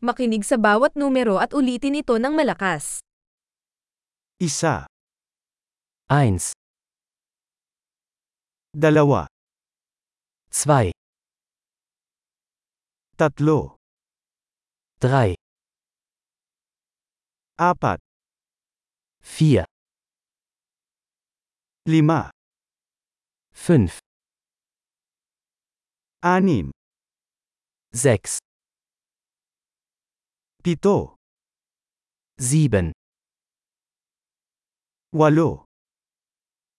Makinig sa bawat numero at ulitin ito ng malakas. Isa, Eins, dalawa, zwei, tatlo, drei, apat, vier, lima, fünf, anim, sechs, pito, sieben, walo,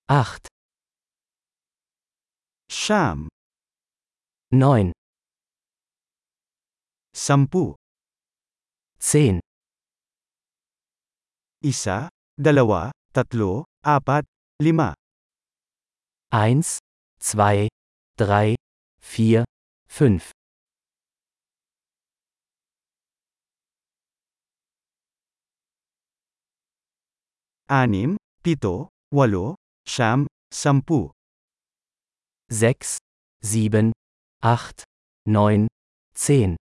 acht, siyam, neun, sampu, zehn, isa, dalawa, tatlo, apat, lima, eins, zwei, drei, vier, fünf, anim, pito, walo, siyam, sampu, sechs, sieben, acht, neun, zehn,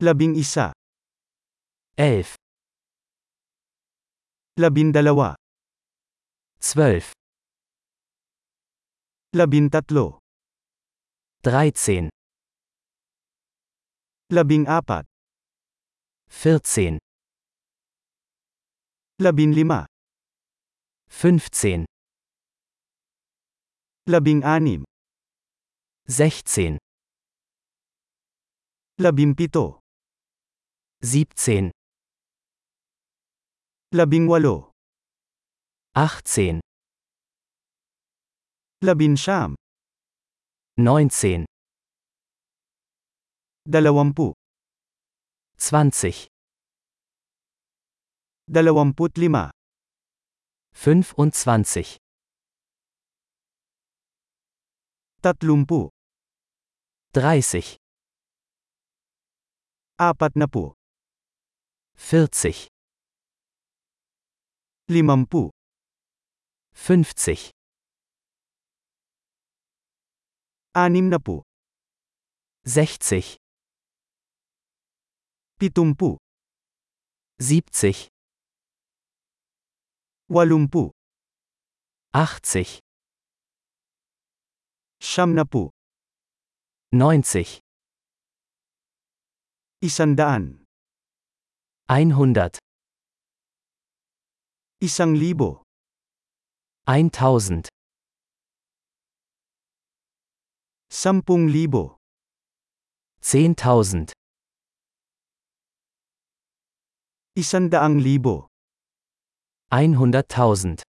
labing isa, elf, labindalawa, zwölf, labintatlo, dreizehn, labing apat, vierzehn, labinlima, fünfzehn, labing anim, sechzehn, labimpito, siebzehn, labing walo, achtzehn, labinsyam, neunzehn, dalawampu, zwanzig, dalawamput lima, fünfundzwanzig, tatlumpu, dreißig, apat na po, vierzig, limampu, fünfzig, anim na po, sechzig, pitumpu, siebzig, walumpu, achtzig, siyam na po, neunzig, isandaan, einhundert, isang libo, eintausend, sampung libo, zehntausend, isandaang libo, einhunderttausend,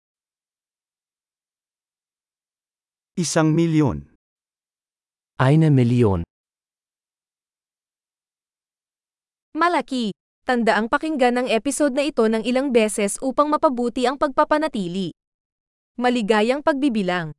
isang milyon, eine Million. Malaki! Tandaang pakinggan ang episode na ito ng ilang beses upang mapabuti ang pagpapanatili. Maligayang pagbibilang!